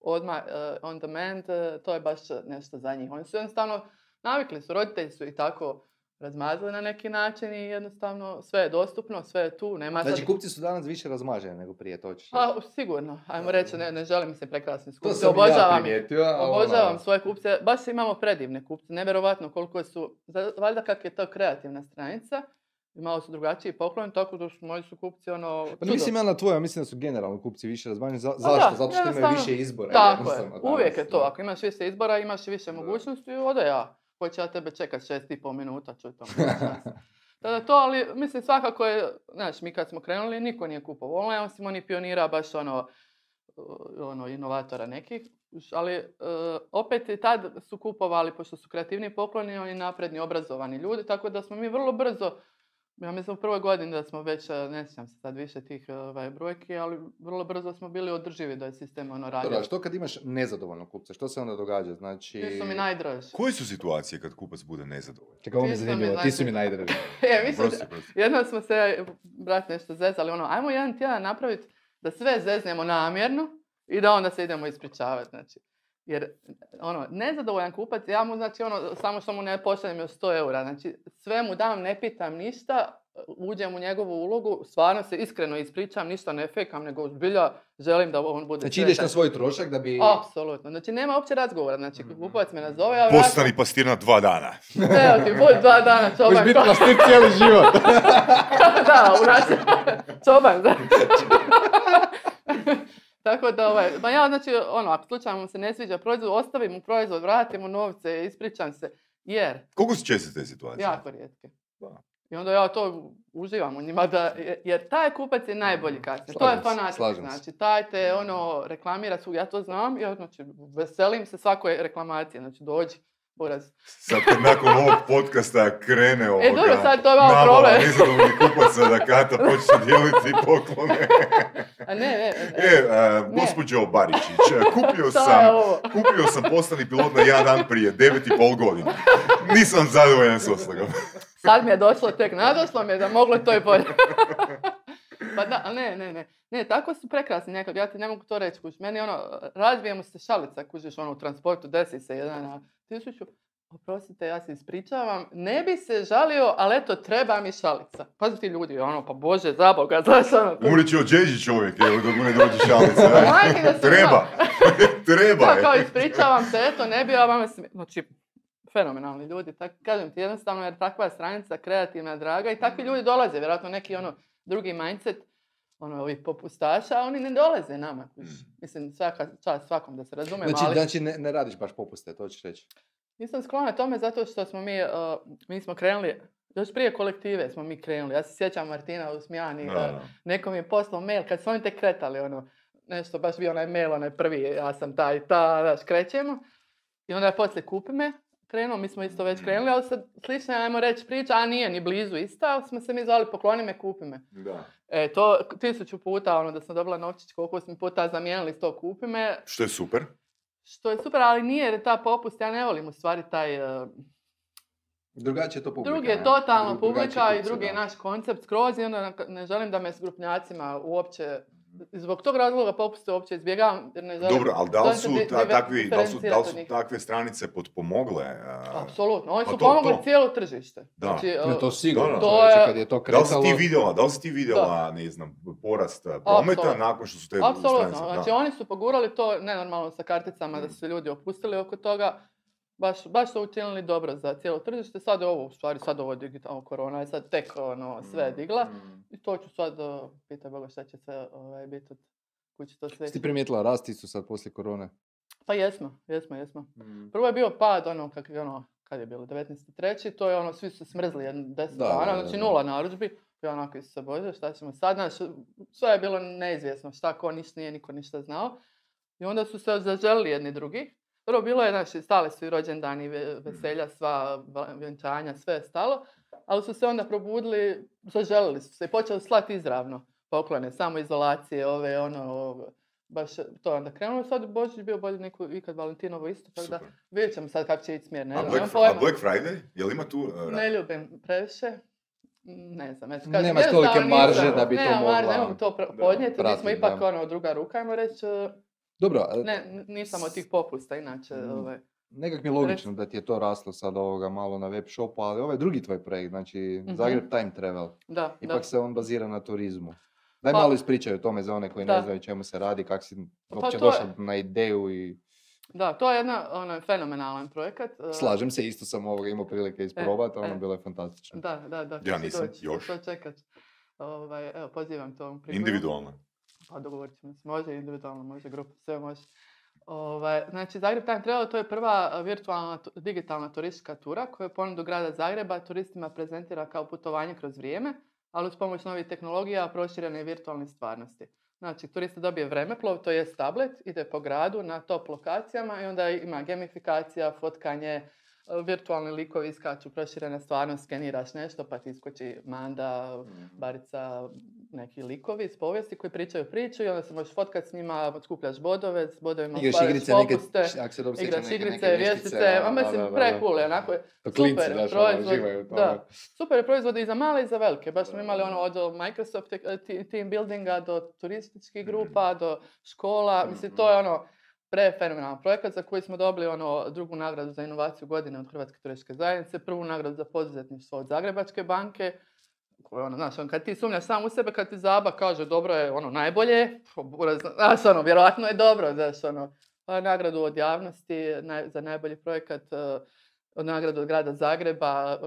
odmah, eh, on demand, eh, to je baš nešto za njih. Oni su jednostavno, navikli su, roditelji su i tako razmazili na neki način i jednostavno sve je dostupno, sve je tu, nema sad- Znači, kupci su danas više razmaženi nego prije, to ćeš reći. Pa, sigurno, ajmo reći, ne, ne želim se prekrasni To skupci, sam i ja obožavam ih. primijetio. ali ono- Obožavam svoje kupce, baš imamo predivne kupce, nevjerovatno koliko su, za- valjda kak je to kreativna stranica, i malo su drugačiji poklon, tako da su moji su kupci ono... Pa čudo. nisam ja na tvoje, mislim da su generalno kupci više razmanjeni. Za, Pa zašto? da, Zato što imaju jednostavno. više izbora. Tako je, jednostavno, uvijek je danas, to, da. (laughs) ako imaš više izbora, imaš i više Da. mogućnosti, ode ja. Ko će ja tebe čekat šest i pol minuta, ono, čuj (laughs) to. nema šanse. Tada to, ali mislim svakako je, znaš, mi kad smo krenuli, niko nije kupovao online, osim oni pionira, baš ono, uh, ono inovatora nekih. Š- Ali e, opet i tad su kupovali, pošto su kreativni pokloni, oni napredni, obrazovani ljudi, tako da smo mi vrlo brzo, ja mislim u prvoj godini da smo već, e, ne sjećam se sad više tih e, ovaj, brojki, ali vrlo brzo smo bili održivi da je sistem ono radio. Dobro, a što kad imaš nezadovoljno kupca? Što se onda događa? Znači... Ti su mi najdraži. Koje su situacije kad kupac bude nezadovoljan? Čekaj, ovo mi je Ti su mi zanimljivo, ti su mi najdraži. (laughs) E, mislim, Prosti, prosti. jednom smo se, brat, nešto zezali, ono, ajmo jedan tjedan napraviti da sve zeznemo namjerno i da onda se idemo ispričavati, znači. Jer, ono, nezadovoljan kupac, ja mu, znači, ono, samo što mu ne pošaljem još 100 eura, znači, sve mu dam, ne pitam ništa, uđem u njegovu ulogu, stvarno se iskreno ispričam, ništa ne fejkam, nego zbilja želim da on bude Znači ideš na sretan. svoj trošak da bi... Apsolutno, znači nema uopće razgovora, znači Mhm. kupac me nazove, ja vratim, Postani pastir na dva dana. evo ti, budi dva dana Možeš čoban, biti plastik (laughs) cijeli život. da, u nas čoban, da. Tako da, ovaj, ma ja znači, ono, ako slučajno mu se ne sviđa proizvod, ostavim mu proizvod, vratim mu novce, ispričam se, jer, Koliko su česte te situacije? jako rijetke. Pa Da. I onda ja to uživam u njima, da, jer taj kupac je najbolji kasnije. to je Slažem se, fanatik, slažem se. znači, taj te ono, reklamira svugdje, ja to znam, ja znači, veselim se svakoj reklamacije, znači, dođi, E, buraz. Sad kad nakon ovog podcasta krene ovoga... E, dobro, sad to je malo navala problem. nezadovoljnih kupaca da Kata počne dijeliti poklone. (laughs) A ne, ne, ne, E, a, gospođo Baričić, kupio šta sam je ovo? Kupio sam postani pilot na jedan dan prije, devet i pol godina. Nisam zadovoljan s oslagom. Sad mi je došlo tek, nadoslo mi je da moglo to i bolje. pa da, ali ne, ne, ne. Ne, tako su prekrasni nekad, ja ti ne mogu to reći, kužiš. Meni ono, razbije mu se šalica, kužiš, ono, u transportu, desi se jedan na tisuću. Oprostite, ja se ispričavam, ne bi se žalio, ali eto, treba mi šalica. Pazi ti ljudi, ono, pa bože, zaboga, (laughs) znaš ono. kužiš. Umrit će od Đeđi čovjek, evo, dok mu ne dođe (laughs) šalica. Majke da se Treba. (laughs) Treba e. Da, kao je. ispričavam se, eto, ne bi ja vama smi- Znači, fenomenalni ljudi, tak, kažem ti jednostavno, jer takva je stranica kreativna, draga i takvi ljudi dolaze, vjerojatno neki ono drugi mindset, ono, ovih popustaša, oni ne dolaze nama. kužiš. Mislim, svaka čast svakom da se razumijemo, Znači, ali znači ne, ne radiš baš popuste, to ćeš reći. nisam sklona tome zato što smo mi, uh, mi smo krenuli, još prije kolektive smo mi krenuli. Ja se sjećam Martina Usmijani, uh, Da. Neko mi je poslao mail kad su oni tek kretali, ono, nešto, baš bio onaj mail, onaj prvi, ja sam taj, ta, daš, krećemo. I onda je poslije kupi me, krenuo, mi smo isto već krenuli, ali sad slična, je, ajmo reći, priča, a nije ni blizu ista, ali smo se mi zvali pokloni me, kupi me. Da. E, to tisuću puta, ono, da sam dobila novčić, koliko smo puta zamijenili sto kupi me, Što je super. što je super, ali nije, jer je ta popust, ja ne volim u stvari taj, e, Drugačije je to publika. Drugi je ne? totalno Dru- drugačiji publika i kupci, drugi je da. naš koncept skroz i onda na- ne želim da me s grupnjacima uopće, zbog tog razloga popuste uopće izbjegavam jer ne želim. Dobro, ali da li želim su, se di- ta- takvi, da li su, da li diferencirati su od njih. takve stranice potpomogle? a, Apsolutno, oni Pa su to, pomogli to. cijelo tržište. Da. Znači, Ne, to uh, sigurno, To znači, je- kad je to Da li si kretalo... ti vidjela, da li si ti vidjela, ne znam, porast a, prometa Apsolutno. nakon što su te apsolutno, stranice? da. znači oni su pogurali to nenormalno sa karticama da su se ljudi opustili oko toga. Baš, baš su učinili dobro za cijelo tržište. Sad je ovo, u stvari, sad ovo digitalno korona je sad tek ono, Mm, sve digla. I to ću sad, uh, pitaj Boga šta će se ovaj, biti od kud će to sve Jesi ići. ti primijetila rast isto sad poslije korone? Pa jesmo, jesmo, jesmo. Mm. Prvo je bio pad, ono, kak, ono, kad je bilo, 19.3. To je ono, svi su se smrzli jedno 10 Da, dana, da, da, znači da. nula narudžbi. I onako, se Bože, šta ćemo sad, znaš, sve je bilo neizvjesno, šta, ko, ništa nije, niko ništa znao. I onda su se zaželili jedni drugi. Prvo bilo je, znači, stale su i rođendani, ve- Mm. veselja, sva, va- vjenčanja, sve je stalo. Ali su se onda probudili, zaželili su se i počeli slati izravno poklone, samo izolacije, ove, ono, ovo. baš to je onda krenulo. Sad Božić bio bolji neko ikad Valentinovo isto, tako da Super. vidjet ćemo sad kako će ići smjer, ne A znam, Black, nemam a pojma. Black Friday, jel ima tu? e, Ne ljubim previše. Ne znam, eto, kažem, Nemaš jednostavno tolike marže nisam- da bi to nemam marže, Ne mogla mogu to pro- da, podnijeti, mi smo pratit, ipak da. ono druga ruka, ajmo reći, Dobro, e, ne, n- nisam od tih popusta inače. Mm. Ovaj. nekak mi je logično da ti je to raslo sad ovoga malo na web shopu, ali ovaj drugi tvoj projekt, znači Zagreb Time Travel, Mhm. Da, da. ipak se on bazira na turizmu. Daj Pa- malo ispričaj o tome za one koji Da. ne znaju čemu se radi, kak si Pa uopće to došla je- na ideju i... Da, to je jedna ono, fenomenalan projekat. e, Slažem se, isto sam ovoga imao prilike isprobati, ono e. bilo je fantastično. Da, da, da. to Ja će nisam, doći, još. To čekat. Ovaj, evo, pozivam to ovom prigodom. Individualno. Pa dogovorit ćemo se. Može individualno, može grupa, sve može. Ovaj, znači, Zagreb Time Travel to je prva a, virtualna tu- digitalna turistička tura koju ponudu grada Zagreba turistima prezentira kao putovanje kroz vrijeme, ali uz pomoć novih tehnologija proširene virtualne stvarnosti. Znači, turista dobije vremeplov, to je tablet, ide po gradu na top lokacijama i onda ima gamifikacija, fotkanje, e, virtualni likovi iskaču, proširena stvarnost, skeniraš nešto pa ti iskoči manda, Mhm. barica neki likovi iz povijesti koji pričaju priču i onda se možeš fotkat s njima, skupljaš bodove, s bodovima Igraš ostvaraš igrice, neke, popuste, ako se dobro sjećam, igraš neke, igrice, neke vještice, a da, da, mislim da, da. prekule, onako je To klinci, super znaš, ono, proizvod. uživaju u tome. Da, super je proizvod i za male i za velike. Baš smo Da. imali ono od Microsoft eh, ti- team buildinga do turističkih Mhm. grupa, do škola. Mislim, Mhm. to je ono prefenomenalan projekat za koji smo dobili ono drugu nagradu za inovaciju godine od Hrvatske turističke zajednice, prvu nagradu za poduzetništvo od Zagrebačke banke, koje ono, znaš, ono, kad ti sumnjaš sam u sebe, kad ti zaba kaže dobro je, ono, najbolje, pa, buraz, znaš, ono, vjerojatno je dobro, znaš, ono, pa nagradu od javnosti naj- za najbolji projekat, eh, od nagradu od grada Zagreba,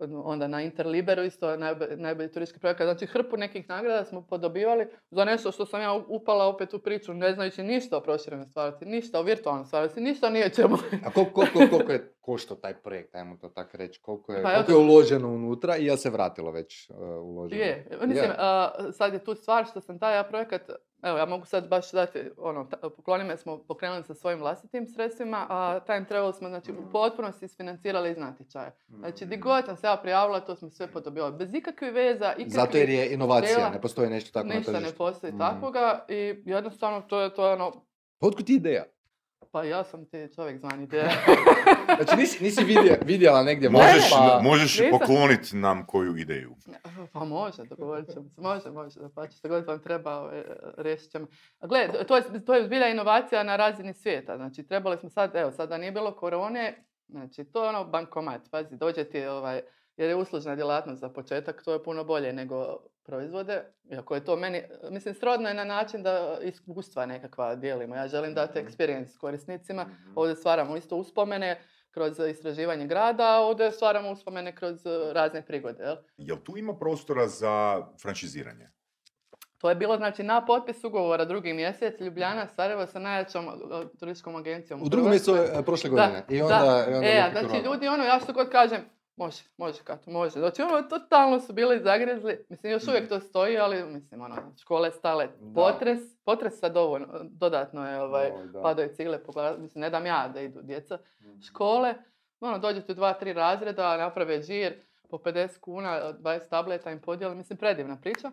on- onda na Interliberu isto najbe- najbolji turistički projekat. Znači hrpu nekih nagrada smo podobivali za nešto što sam ja u- upala opet u priču, (laughs) ne znajući ništa o proširenoj stvarnosti, ništa o virtualnoj stvarnosti, ništa nije čemu. A koliko, koliko, koliko, je, košto taj projekt, ajmo to tako reći, koliko je, Pa koliko je evo- uloženo unutra i jel se vratilo već uh, uloženo? Je, mislim, Je. a, sad je tu stvar što sam taj ja projekat, evo ja mogu sad baš dati, ono, ta- pokloni me smo pokrenuli sa svojim vlastitim sredstvima, a time travel smo, znači, u potpunosti isfinancirali iz natječaja. Znači, di god sam se ja prijavila, to smo sve podobivali, bez ikakvih veza, ikakvih... Mm. Zato jer je inovacija, dela- ne postoji nešto tako Ništa na ne tržištu. postoji Mhm. takvoga i jednostavno to je to je ono, Pa Otkud ti ideja? pa ja sam ti čovjek (laughs) zvan ideja. Znači nisi, nisi vidje- vidjela negdje Možeš, pa- možeš nisam- pokloniti nam koju ideju. (laughs) Pa može, dogovorit ćemo se, može, može, da pa što god vam treba, ovaj, riješit ćemo. A Gle, to- to je, to je zbilja inovacija na razini svijeta, znači trebali smo sad, evo, sada nije bilo korone, znači to je ono bankomat, pazi, dođe ti, ovaj, jer je uslužna djelatnost za početak, to je puno bolje nego proizvode, iako je to meni, mislim, srodno je na način da iskustva nekakva dijelimo, ja želim dati experience korisnicima, ovdje stvaramo isto uspomene, kroz istraživanje grada, a ovdje stvaramo uspomene kroz eh, razne prigode, jel? Jel tu ima prostora za franšiziranje? To je bilo znači na potpis ugovora drugi mjesec Ljubljana Sarajevo sa najjačom eh, turističkom agencijom. Mhm. U drugom mjestu Hrvatskoj. je, e, prošle godine. I onda, da. i onda e, a lupi znači korona. ljudi ono ja što god kažem može, može Kato, može. Znači ono totalno su bili zagrizli, mislim još uvijek to stoji, ali mislim ono škole stale, Mhm. Da. potres, potres sad dovoljno, dodatno je ovaj, Ovaj, da. padaju cigle po glavi, mislim ne dam ja da idu djeca, Mhm. škole, ono, dođete u dva, tri razreda, naprave žir po 50 kuna, 20 tableta im podijele, mislim, predivna priča.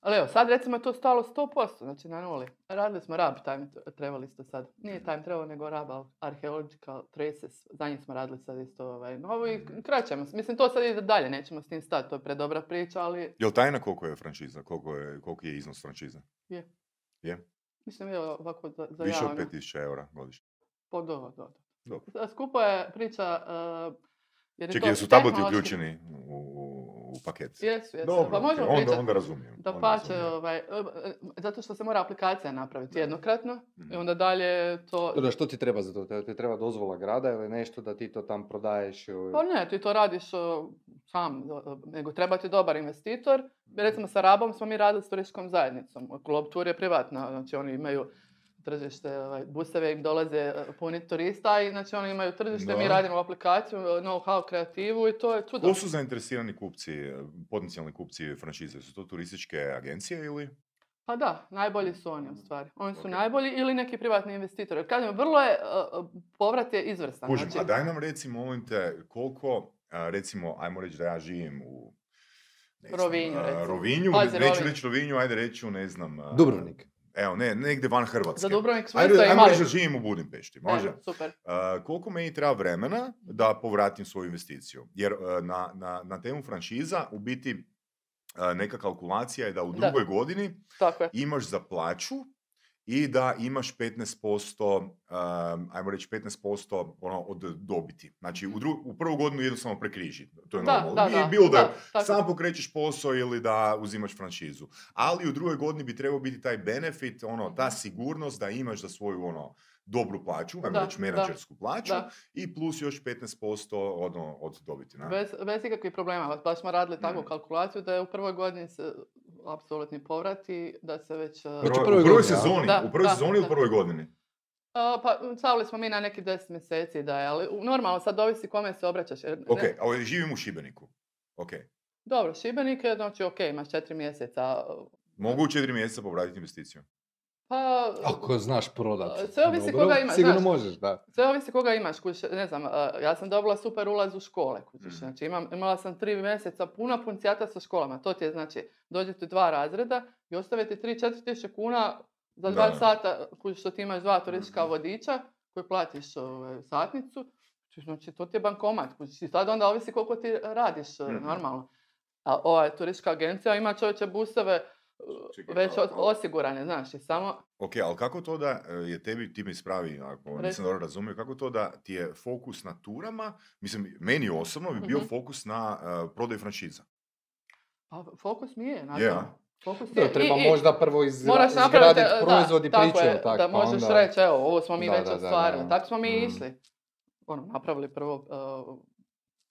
Ali evo, sad recimo je to stalo 100%, znači na nuli. Radili smo rab time trebali isto sad. Nije time trebalo, nego rab al- archaeological traces. Za njih smo radili sad isto ovaj, novo i Mhm. kraćemo. Mislim, to sad ide dalje, nećemo s tim stati, to je predobra priča, ali Jel tajna koliko je franšiza? Koliko je, koliko je iznos franšize? mislim, evo, ovako za, za Više od javno. 5000 eura godišnje. Po, do, do, do. Dobro. Sa- Skupa je priča... eh, jer je Čekaj, to jesu tableti tehnološki- uključeni u, u, u paket? Jesu, jesu. Dobro, pa okej, možemo onda, pričat- onda razumijem. Da onda pače, razumijem. ovaj, e, e, zato što se mora aplikacija napraviti Da. jednokratno Mhm. i onda dalje to... Dobro, što ti treba za to? Te- Ti treba dozvola grada ili nešto da ti to tam prodaješ? ili- Pa ne, ti to radiš e, sam, e, nego treba ti dobar investitor. Mm. Recimo sa Rabom smo mi radili s turističkom zajednicom. Klub Tur je privatna, znači oni imaju tržište, ovaj, buseve im dolaze e, puni turista i znači oni imaju tržište, mi Da. radimo aplikaciju, e, know-how, kreativu i to je čudo. Ko su zainteresirani kupci, e, potencijalni kupci franšize? Su to turističke agencije ili? Pa da, najbolji su oni u stvari. Oni su Ok. najbolji ili neki privatni investitor. Jer kažem, vrlo je, e, e, povrat je izvrstan. Kužim, znači- a daj nam reci, molim te, koliko, a, recimo, ajmo reći da ja živim u... ne znam, Rovinju, a, recimo. Rovinju, Pazi, neću Rovinj. reći Rovinju, ajde reći u, ne znam... a, Dubrovnik. Evo, ne, negdje van Hrvatske. Za Dubrovnik smo Ajde, isto ajmo imali. reći da živim u Budimpešti, može? Evo, super. A, koliko meni treba vremena da povratim svoju investiciju? Jer a, na, na, na temu franšiza u biti a, neka kalkulacija je da u Da. drugoj godini Tako je. imaš za plaću i da imaš 15%, um, ajmo reći 15% ono, od dobiti. Znači, u, dru- u prvu godinu jednostavno prekriži. To je Mhm. Da, normalno. da, Nije da. bilo da, da, tako je. sam pokrećeš posao ili da uzimaš franšizu. Ali u drugoj godini bi trebao biti taj benefit, ono, ta Mhm. sigurnost da imaš za svoju ono, dobru plaću, ajmo Da, reći da, menadžersku plaću da. i plus još 15% od, ono, od dobiti. na. Bez, bez ikakvih problema. Baš smo radili takvu Mm. kalkulaciju da je u prvoj godini se apsolutni povrat i da se već... e, Znači, Prvo- u prvoj u prvoj, godini, a? sezoni, Da, u prvoj da, sezoni ili da. u prvoj godini? a, pa stavili smo mi na neki 10 mjeseci da je, ali u- normalno sad ovisi kome se obraćaš. jer ne- Ok, a živim u Šibeniku. Ok. Dobro, Šibenik je, znači ok, imaš 4 mjeseca. Mogu u četiri mjeseca povratiti investiciju. Pa, Ako znaš prodat. Sve ovisi dobro, koga ima, Sigurno znaš. možeš, da. sve ovisi koga imaš, kužiš, ne znam, a, ja sam dobila super ulaz u škole, kužiš, Mhm. znači imam, imala sam tri mjeseca puna puncijata sa školama, to ti je znači, dođete dva razreda i ostavite 3-4 tisuće kuna za dva Da. sata, kužiš, što ti imaš dva turistička Mhm. vodiča koji platiš ovaj, satnicu, znači to ti je bankomat, kužiš, i sad onda ovisi koliko ti radiš, e, Mhm. normalno. A ova turistička agencija ima čovječe buseve eh, Čekaj, već a- o- a- osigurane, znaš, i samo Ok, ali kako to da e, je tebi, ti mi ispravi ako Reci. nisam dobro razumio, kako to da ti je fokus na turama, mislim, meni osobno bi bio Mhm. fokus na e, prodaju franšiza. pa, fokus mi je, na Je, tome. a? Fokus Da, je. I- treba i- možda prvo iz, Moraš napraviti, izgraditi e, proizvod i da, tako priču. je, tako, da pa možeš onda- reći, evo, ovo smo mi Da, već da, da, ostvarili. da. Mm. Tako smo mi Mhm. išli. Ono, napravili prvo uh,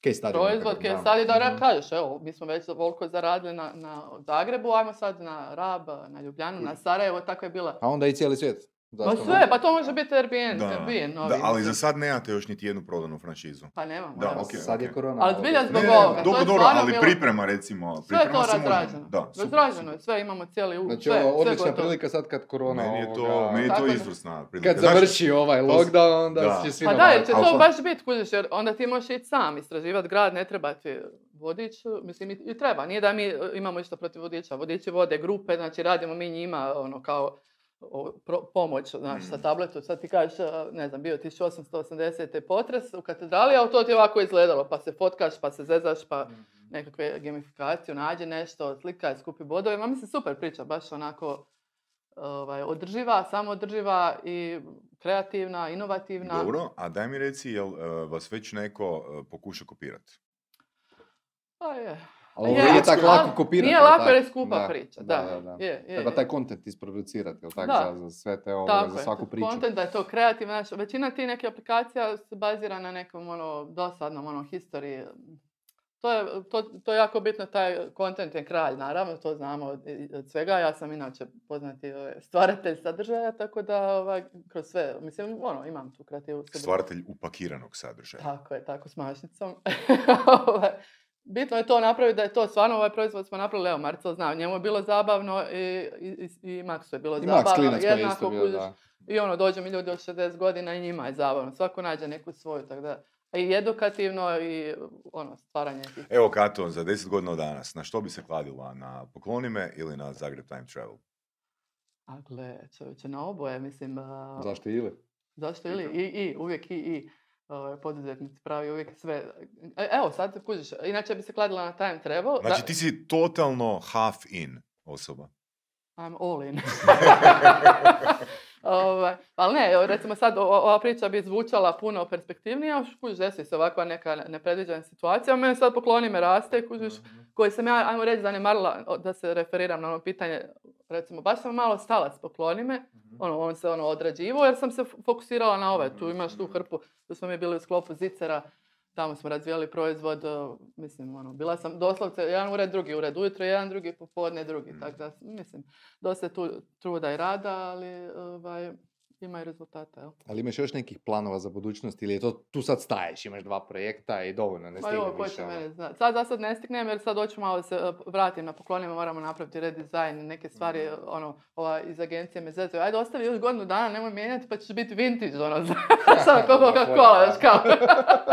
Case study proizvod, nekakav, kje da. sad je da ra- Mhm. kažeš, evo, mi smo već volko zaradili na, na Zagrebu, ajmo sad na Rab, na Ljubljanu, na Sarajevo, tako je bila. A onda i cijeli svijet. Ma Mm. Zašto sve, ne? pa to može biti Airbnb, Da, Airbnb novi, da, ali za mislim. sad nemate još niti jednu prodanu franšizu. Pa nemamo, Da, nemamo. ok. Sad je korona. Ali malo- zbilja Ne, zbog ne, ovoga, to dobro, je dobro, stvarno ali bilo- priprema recimo. Sve je priprema to se može. razrađeno. Da, super, razrađeno je super. sve, imamo cijeli u... Znači sve, ovo sve odlična gotovo. prilika sad kad korona Meni je to, ovoga- meni je Tako to da- izvrsna prilika. Kad Znaš- završi ovaj to s- lockdown, onda da. će svi Pa na da, jer banku. će Ali to sad- baš biti, kužiš, jer onda ti možeš ići sam istraživati grad, ne treba ti vodič, mislim i, i treba, nije da mi e, imamo išta protiv vodiča, vodiči vode grupe, znači radimo mi njima ono kao o, pro- pomoć, znaš, sa Mm. tabletu, sad ti kažeš, e, ne znam, bio 1880. potres u katedrali, ali to ti je ovako izgledalo, pa se fotkaš, pa se zezaš, pa Mm-hmm. nekakve gamifikaciju, nađe nešto, slika, skupi bodove. Ma mislim, super priča, baš onako ovaj, održiva, samoodrživa i kreativna, inovativna. Dobro, a daj mi reci, jel e, vas već neko e, pokuša kopirati? Pa je. Ali ovo Je, nije tako ali lako kopirati. Nije jel lako tako? jer je skupa priča. Da, da, da. Je, je, Treba je. taj kontent isproducirati, jel tako, Da. za, za sve te ovo, Tako za je. svaku priču. Content da je to kreativno. Znači, većina tih nekih aplikacija se bazira na nekom ono, dosadnom ono, history. To je, to, to je jako bitno, taj content je kralj, naravno, to znamo od, i- od svega. Ja sam inače poznati ovaj, stvaratelj sadržaja, tako da ovaj, kroz sve, mislim, ono, imam tu kreativu. sebi. Stvaratelj upakiranog sadržaja. Tako je, tako s mašnicom. (laughs) Ovaj, Bitno je to napraviti da je to stvarno ovaj proizvod smo napravili, evo Marcel zna, njemu je bilo zabavno i, i, i, i Maxu je bilo I zabavno. Max Klinac koji je jednako isto bio, kužiš. da. I ono, dođe mi ljudi od 60 godina i njima je zabavno. Svako nađe neku svoju, tako da. a I edukativno i ono, stvaranje tih. Evo Kato, za 10 godina od danas, na što bi se kladila? Na Pokloni me ili na Zagreb Time Travel? A gle, čovječe, na oboje, mislim, a, Zašto ili? zašto ili i, i, uvijek i, i. Ovaj, poduzetnici pravi uvijek sve. E, Evo, sad kužiš, inače bi se kladila na time travel. da- Znači ti si totalno half in osoba. I'm all in. (laughs) ovaj, ali ne, evo, recimo sad o- ova priča bi zvučala puno perspektivnija, još kužiš, desi se ovakva neka ne- nepredviđena situacija, mene sad pokloni me raste, kužiš, koji sam ja, ajmo reći, zanemarila, o, da se referiram na ono pitanje, recimo, baš sam malo stala s pokloni me, ono, on se ono odrađivo, jer sam se f- fokusirala na ove, tu imaš tu hrpu, tu smo mi bili u sklopu Zicera, tamo smo razvijali proizvod, e, mislim, ono, bila sam doslovce jedan ured, drugi ured, ujutro jedan, drugi popodne, drugi, Mm. tako da, mislim, dosta je tu truda i rada, ali ovaj, ima i rezultata, jel? Ali imaš još nekih planova za budućnost ili je to tu sad staješ, imaš dva projekta i dovoljno, ne Pa joj, stigne ko više. će ono. mene znat. Sad za sad ne stignem jer sad hoću malo da se e, vratim na poklonima, moramo napraviti redizajn, neke stvari, Mhm. e, ono, ova, iz agencije me zezaju. Ajde, ostavi još godinu dana, nemoj mijenjati pa ćeš biti vintage, ono, (laughs) sad kao Coca-Cola, još kao.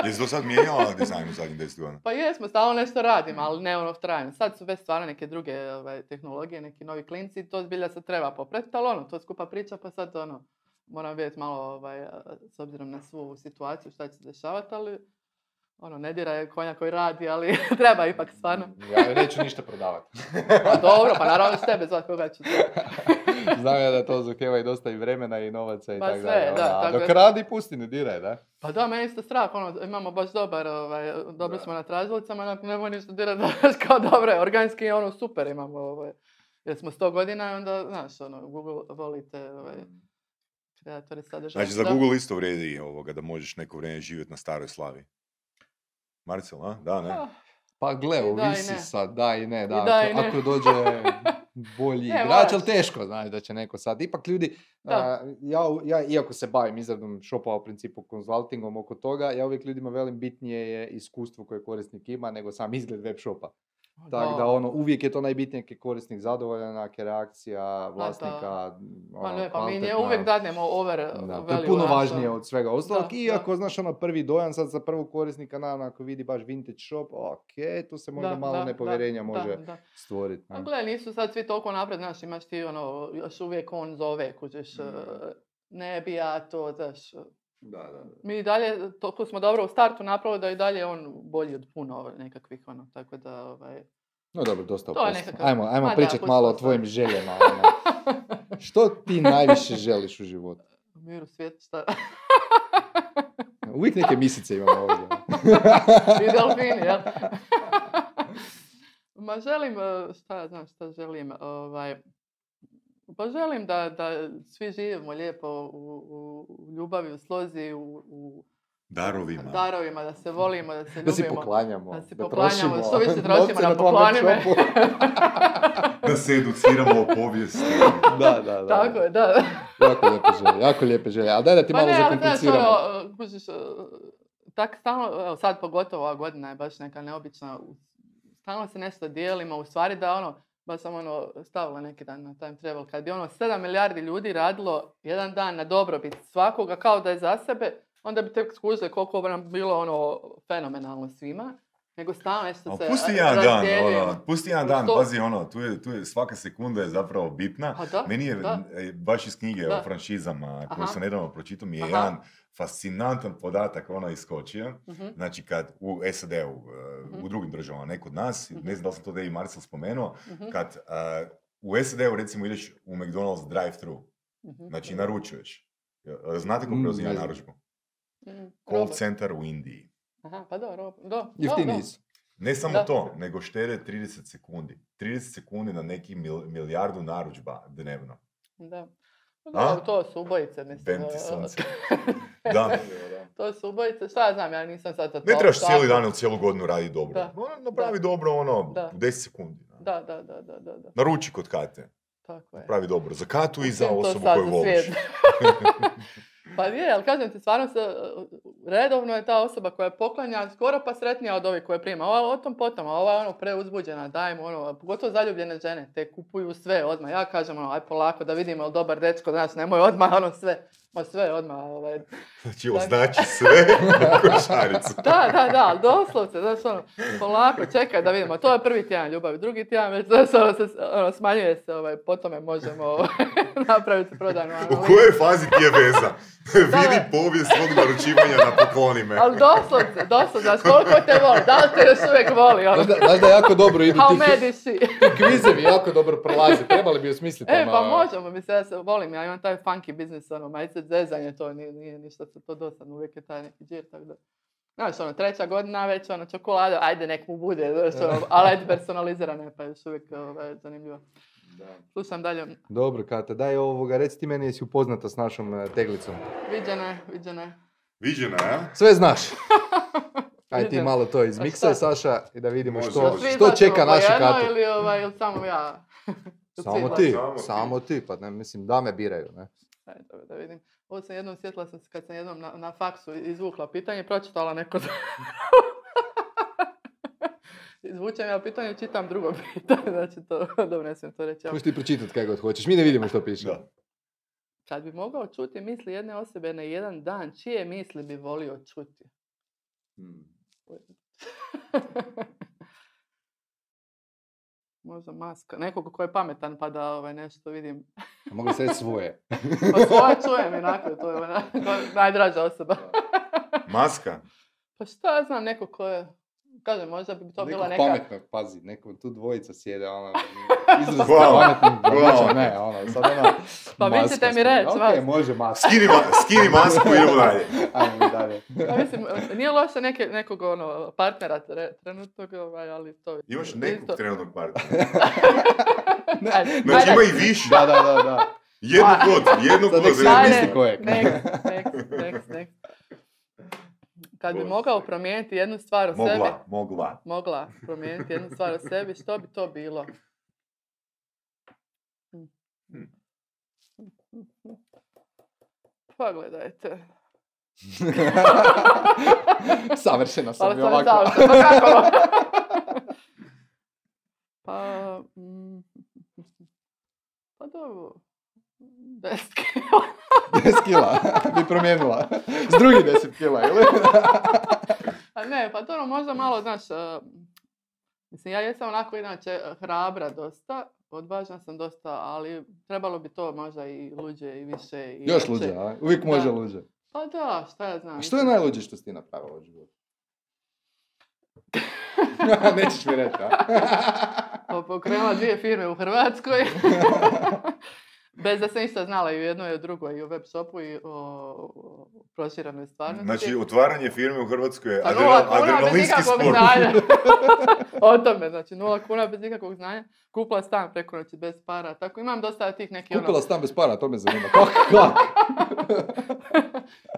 Jesi do sad mijenjala (laughs) dizajn u zadnjih 10 godina? Pa jesmo, stalno nešto radimo, ali ne ono trajno. Sad su već stvarno neke druge ovaj, tehnologije, neki novi klinci i to zbilja se treba popratiti, ali ono, to je skupa priča, pa sad ono, moram vidjeti malo ovaj, a, s obzirom na svu ovu situaciju šta će se dešavati, ali ono, ne dira je konja koji radi, ali (laughs) treba ipak stvarno. Ja neću ništa prodavati. (laughs) Pa dobro, pa (laughs) naravno s tebe zvati koga ću zvati. Znam ja da to zahtjeva i dosta i vremena i novaca i Pa tako sve, dalje. ono, da, a tako Dok da- radi, pusti, ne diraj, da? Pa da, meni je isto strah, ono, imamo baš dobar, ovaj, dobro Da. smo na tražilicama, onako nemoj ništa dirati, (laughs) znaš, kao dobro je, organski je ono super imamo, ovaj, jer smo 100 godina i onda, znaš, ono, Google volite ovaj, kreatore sadržaja. Znači za Da. Google isto vrijedi ovoga da možeš neko vrijeme živjeti na staroj slavi. Marcel, a? Da, ne? (laughs) Ah, Pa gle, I da i ovisi ne. sad, da i ne, da. I da i ako, ne. ako dođe (laughs) bolji Ne, igrač, ali moraš. teško, znaš, da će neko sad. Ipak ljudi, Da. a, ja, u- ja iako se bavim izradom šopa u principu konzultingom oko toga, ja uvijek ljudima velim bitnije je iskustvo koje korisnik ima nego sam izgled web shopa. Tako da ono, uvijek je to najbitnije kad je korisnik zadovoljan, ako je reakcija vlasnika, Ma ono, ne, pa mi nje kvalitetna. uvijek dadnemo over Da, to je value, puno znaš, ono. važnije od svega ostalog. Da, Iako, znaš, ono prvi dojam sad za prvog korisnika, naravno, ako vidi baš vintage shop, ok, tu se možda Da, malo da, da, nepovjerenja da, može da. stvoriti. A gle, nisu sad svi toliko napred, znaš, imaš ti ono, još uvijek on zove, kuđeš, Mm. e, ne bi ja to, znaš, Da, da, da. mi i dalje, toliko smo dobro u startu napravili da i dalje je on bolji od puno nekakvih ono, tako da ovaj... No dobro, dosta o To je poslu. nekakav- Ajmo, ajmo Ma da, pričat pustimo malo o stvari. tvojim željama. ono. Što ti najviše želiš u životu? Mir u svijetu, šta? (laughs) Uvijek neke misice imamo ovdje. ono. (laughs) I delfini, jel? (laughs) Ma želim, e, šta ja znam šta želim, ovaj... Pa želim da, da svi živimo lijepo u, u- u ljubavi, u slozi, u, u Darovima. darovima, da se volimo, da se ljubimo. Da si poklanjamo, Da si da poklanjamo, trošimo što više novce trošimo na na tvojom poklanime. (laughs) shopu. Da se educiramo o povijesti. (laughs) da, da, da. Tako je, da. jako lijepe želje, jako lijepe želje. Ali daj da ti Pa malo ne, ali znaš, zakompliciramo. ono, uh, kužiš, uh, tak stalno, e, evo sad pogotovo ova godina je baš neka neobična, u- stalno se nešto dijelimo, u stvari da ono, baš sam ono stavila neki dan na time travel, kad bi ono 7 milijardi ljudi radilo jedan dan na dobrobit svakoga kao da je za sebe, onda bi tek skužili koliko bi nam bilo ono fenomenalno svima, nego stalno nešto Ali se e, pusti a, jedan dan, razdjeljujemo. ono, pusti jedan U dan, sto- pazi ono, tu je, tu je svaka sekunda je zapravo bitna. Pa da, Meni je da. e, baš iz knjige Da. o franšizama koju Aha. sam nedavno pročitao mi je Aha. jedan fascinantan podatak ono iskočio. Mhm. ja. Znači kad u SAD-u, e, Mhm. u drugim državama, ne kod nas, Mhm. ne znam da li sam to Dave Marcel spomenuo, Mhm, kad e, u SAD-u recimo ideš u McDonald's drive-thru, mhm, znači naručuješ. E, Znate ko Mm, preuzima ne znam. narudžbu? mhm. Call Robot. center u Indiji. Aha, pa da, rob, da, da, da. Jeftiniji su. Ne samo Da. to, nego štede 30 sekundi. 30 sekundi na neki mil- milijardu narudžba dnevno. Da. Pa A? dobro, to su ubojice, mislim. Bem ti e, sunce. (laughs) Da. To su ubojice, šta ja znam, ja nisam sad to... Ne trebaš cijeli dan ili cijelu godinu raditi dobro. Da. Ono, napravi dobro ono, Da. u 10 sekundi. Da, da, da, da, da, da, Naruči kod Kate. tako je. Pravi dobro za Katu i za Mislim, to osobu sad koju za voliš. (laughs) svijet. pa je, ali kažem ti, stvarno se, uh, redovno je ta osoba koja poklanja skoro pa sretnija od ove koje prima. Ova o tom potom, a ova je ono preuzbuđena, daj mu ono, pogotovo zaljubljene žene, te kupuju sve odmah. Ja kažem ono, aj polako da vidimo, jel dobar dečko, znaš, nemoj odmah ono sve, ma sve odmah, ovaj, Znači, Da. označi sve na košaricu. Da, da, da, ali doslovce, znaš ono, polako, čekaj da vidimo, to je prvi tjedan ljubavi, drugi tjedan već, znaš, ono, se, ono, smanjuje se, ovaj, po tome možemo ovaj, (laughs) napraviti prodajnu U analizu. kojoj fazi ti je veza? Vidi Da. povijest svog naručivanja na pokloni me. Ali doslovce, doslovce, znaš, koliko te voli, da li te još uvijek voli, ono, Znaš da, znaš da jako dobro idu how ti, mad is she? ti kvizevi, jako dobro prolaze. Trebali bi osmisliti. E, pa ono- možemo, mislim, ja se volim, ja imam taj funky biznis, ono, majice zezanje, to nije, nije ništa, to- to dosadno, uvijek je taj neki džir, tako da. Znaš, ono, treća godina već, ono, čokolada, ajde, nek mu bude, znaš, (laughs) ono, ali ajde, personalizirana je, pa još uvijek ovaj, zanimljivo. Slušam dalje, Dobro, Kata, daj ovoga, reci ti meni, jesi upoznata s našom eh, teglicom. viđena je, viđena je. Viđena, a? Sve (laughs) znaš. Aj ti Idem. malo to A izmiksaj, šta? Saša, i da vidimo Može, što, Jel može. svi što izađemo čeka po našu jedno Katu. Ili, ovaj, ili samo ja? (laughs) Jel svi Samo izađu? ti, Samo ti. samo ti, pa ne, mislim, dame biraju, ne? Aj, dobro, da vidim. Ovo sam jednom sjetila sam se kad sam jednom na, na faksu izvukla pitanje, pročitala neko za- (laughs) Izvučem ja pitanje, čitam drugo pitanje, (laughs) znači to, dobro, ne smijem to reći. ali Možeš ti pročitat kaj god hoćeš, mi ne vidimo što piše. Da. Kad bi mogao čuti misli jedne osobe na jedan dan, čije misli bi volio čuti? (laughs) Možda maska, nekog ko je pametan pa da ovaj, nešto vidim. A Mogli se reći svoje. Pa svoje čujem inako, to je ona najdraža osoba. Maska. Pa šta ja znam, neko ko je, kažem, možda bi to bila Nekog neka... pametnog, pazi, nekom tu dvojica sjede, (laughs) ono, izrazito Wow. pametnog Wow. ne, ono, sad ono, Pa vi maska ćete mi stoji. reći, vas. Okej, može (laughs) maska, Skini, ma- skini masku i idemo dalje. ajmo mi dalje. (laughs) Pa mislim, nije loše neke, nekog ono, partnera tre, trenutnog, ovaj, ali to... Imaš isto- nekog trenutnog partnera. (laughs) Ajde, Znači ajde, ima i više. Da, da, da, da. Jednog Pa- god, jednog Sad nek god. se Ajde, misli kojeg. next, next, next, next. Kad bi Bože. mogao promijeniti jednu stvar o sebi, Mogla, mogla. mogla promijeniti jednu stvar o sebi, što bi to bilo? Hmm. Pa Pogledajte. (laughs) Savršena sam Ali mi sam ovako. (laughs) završen, pa kako? (laughs) pa, mm, pa dobro. Deske. 10 kila (laughs) bi promijenila. S drugi 10 kila, (laughs) ili? (laughs) A ne, pa dobro, možda malo, znaš, eh, mislim, ja jesam onako inače eh, hrabra dosta, odvažna sam dosta, ali trebalo bi to možda i luđe i više. I Još jače. luđe, a? Uvijek može Da. luđe. Pa da, šta ja znam. A što je najluđe što si ti napravila u životu? (laughs) Nećeš mi reći, a? Pa pokrenula dvije firme u (laughs) Hrvatskoj. Bez da sam išta znala i u jednoj i u drugoj, i u web shopu i o, o proširenoj stvarnosti. Znači, otvaranje firme u Hrvatskoj je Sa Pa nula adrenal- kuna bez adrenalinski ikakvog sport. znanja. (laughs) o tome, znači nula kuna bez ikakvog znanja. Kupila stan preko noći bez para. Tako imam dosta tih nekih (laughs) ono... Kupila stan bez para, to me zanima. Kako, (laughs) kako?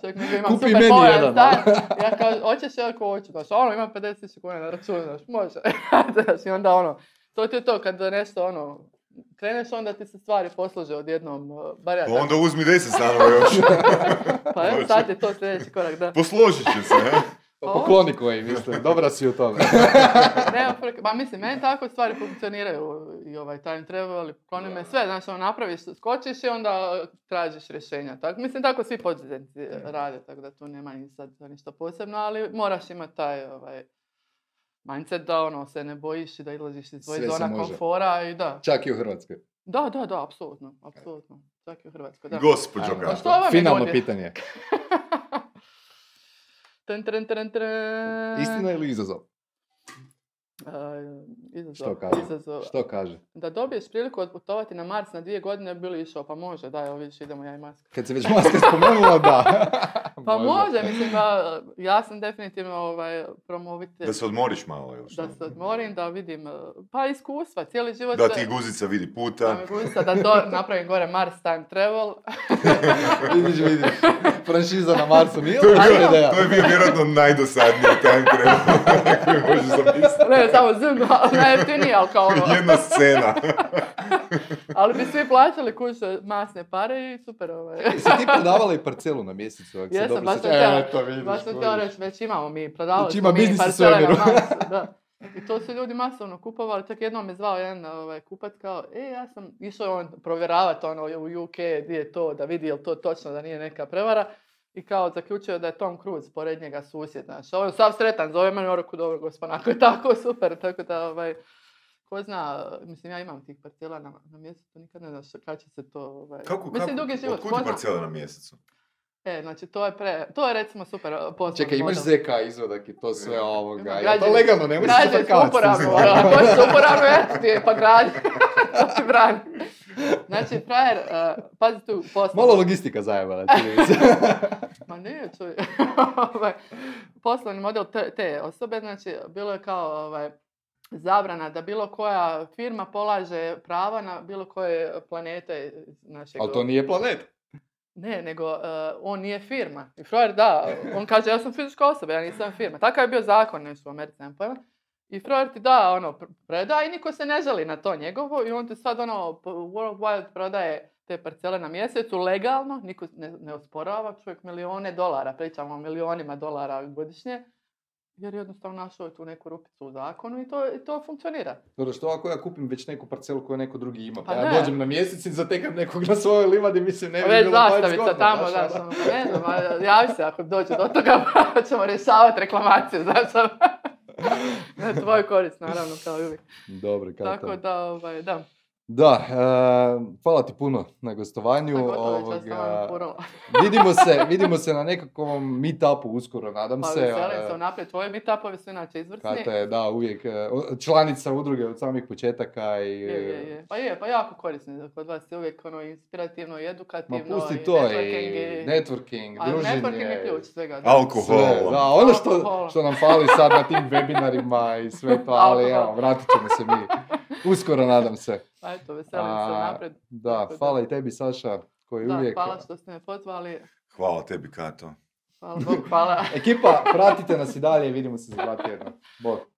Čak nego imam Kupi super meni povoljan jedan, stan. Ja kao, hoćeš ja ako hoću. Znači, ono, imam (laughs) 50 kuna na računu, znači, može. znači, i onda ono, to ti je to kad nešto ono, kreneš onda ti se stvari poslože odjednom, eh, bar ja Pa tako- onda uzmi deset stanova još. (laughs) Pa evo sad je to sljedeći korak, da. Posložit će se, ne? Pa ovo- Pokloni koji, mislim, dobra si u (laughs) tome. Nema frke. Ma mislim, meni tako stvari funkcioniraju i ovaj time travel i pokloni me sve, znači ono napraviš, skočiš i onda tražiš rješenja. Tako, mislim, tako svi poduzetnici rade, tako da tu nema ni sad ništa posebno, ali moraš imati taj ovaj, mindset da ono se ne bojiš i da izlaziš iz svoje Sve se zona može. komfora i da. Čak i u Hrvatskoj. Da, da, da, apsolutno, apsolutno. Čak i u Hrvatskoj, da. Gospođo Ajmo. Pa Kato. što vam je Finalno godina? (laughs) pitanje. Tren, tren, tren, tren. Istina ili izazov? E, izazov, Što kaže? izazov. Što kaže? Da dobiješ priliku otputovati na Mars na dvije godine, bi li išao? Pa može, da, evo vidiš, idemo ja i Maska. Kad (laughs) se već maska spomenula, da. Pa može, mislim, da, ja sam definitivno ovaj, promovitelj. Da se odmoriš malo još. da se odmorim, da vidim, eh, pa iskustva, cijeli život. Da se- ti guzica vidi da puta. me gusta, da to napravim gore Mars time travel. (laughs) vidiš, vidiš. Franšiza na Marsu mi je To je, odlična bio, ideja. to je bio vjerojatno najdosadniji time travel (laughs) koji možeš zamisliti. Ne, samo zimno, ali najjeftinije, ali kao ono. (laughs) Jedna scena. Ali bi svi plaćali kuće masne pare i super ovaj. Jesi ti prodavala i parcelu na mjesecu? Ako se Jesam, dobro baš sam sjećam? htjela- E, to vidiš. Baš sam kužiš. htjela reći, već imamo mi, prodavali Znači smo ima mi biznis u parcele na svemiru. (laughs) Marsu, da. I to su ljudi masovno kupovali, čak jednom me zvao jedan ovaj, kupac kao, e, ja sam išao je on provjeravati ono u UK, gdje je to, da vidi je li to točno, da nije neka prevara. I kao zaključio da je Tom Cruise pored njega susjed, znaš, on je sav sretan, zove mene u ruku, dobro gospod, ako je tako, (laughs) super, tako da, ovaj, ko zna, mislim, ja imam tih parcela na, na mjesecu, nikad ne znaš kada će se to, ovaj, Kako, mislim, kako, dugi život, otkud ko ti zna. parcela na mjesecu? E, znači, to je, pre, to je recimo super e, poslovni Čekaj, imaš model. ZK izvadak i to sve ovoga. Imam Je li to građevinsku- legalno, ne možeš se Građe (laughs) su uporabno, ono, ako je se uporabno, eto ti je, pa građe, (laughs) to ti brani. Znači, frajer, eh, pazi tu poslovno. Malo logistika zajebala, čini (laughs) mi se. Ma nije, čuj. (laughs) Ovaj, poslovni model te, te osobe, znači, bilo je kao ovaj, zabrana da bilo koja firma polaže prava na bilo koje planete iz našeg... Ali to nije planet. Ne, nego eh, on nije firma. I frajer, da, on kaže ja sam fizička osoba, ja nisam firma. Takav je bio zakon, nešto u Americi, nemam pojma. I frajer ti da, ono, pr- preda i niko se ne žali na to njegovo i on ti sad, ono, p- worldwide prodaje te parcele na mjesecu legalno, niko ne, ne osporava, čovjek milione dolara, pričamo o milionima dolara godišnje, jer jednostavno našao je tu neku rupicu u zakonu i to, i to funkcionira. Dobro, što ako ja kupim već neku parcelu koju neko drugi ima, pa, Pa ja da. dođem na mjesec i zatekam nekog na svojoj livadi, mislim, ne bi Već bilo baš zgodno, zastavica tamo, znaš, znaš, ono. ono, pa ne znam, a, javi se ako dođe do toga, (laughs) pa ćemo rješavati reklamacije, znaš, ono. (laughs) na tvoju korist, naravno, kao i uvijek. Dobro, kao Tako to. da, ovaj, da, Da, e, hvala ti puno na gostovanju. a gotovo je ovoga, čas vam ono furala. (laughs) vidimo, se, vidimo se na nekakvom meetupu uskoro, nadam Pa se. veselim e, se unaprijed, tvoji meetupovi su inače izvrsni. Kata je, da, uvijek e, o- članica udruge od samih početaka i... e, Je, je, je. Pa je, pa jako korisni kod vas je uvijek ono inspirativno i Ma edukativno. pusti i to i networking i- networking, Ali druženje. networking je ključ svega. da. Sve, Alkohol. da, ono što, Alkohola. što nam fali sad na tim webinarima i sve to, ali Alkohol. evo, vratit ćemo se mi. Uskoro nadam se. Pa eto, veselim A, se unaprijed. Da, Tako da. hvala i tebi Saša, koji Da, uvijek... hvala što ste me pozvali. Hvala tebi, Kato. (laughs) Hvala Bogu, hvala. Ekipa, pratite nas i dalje i vidimo se za dva tjedna. Bog.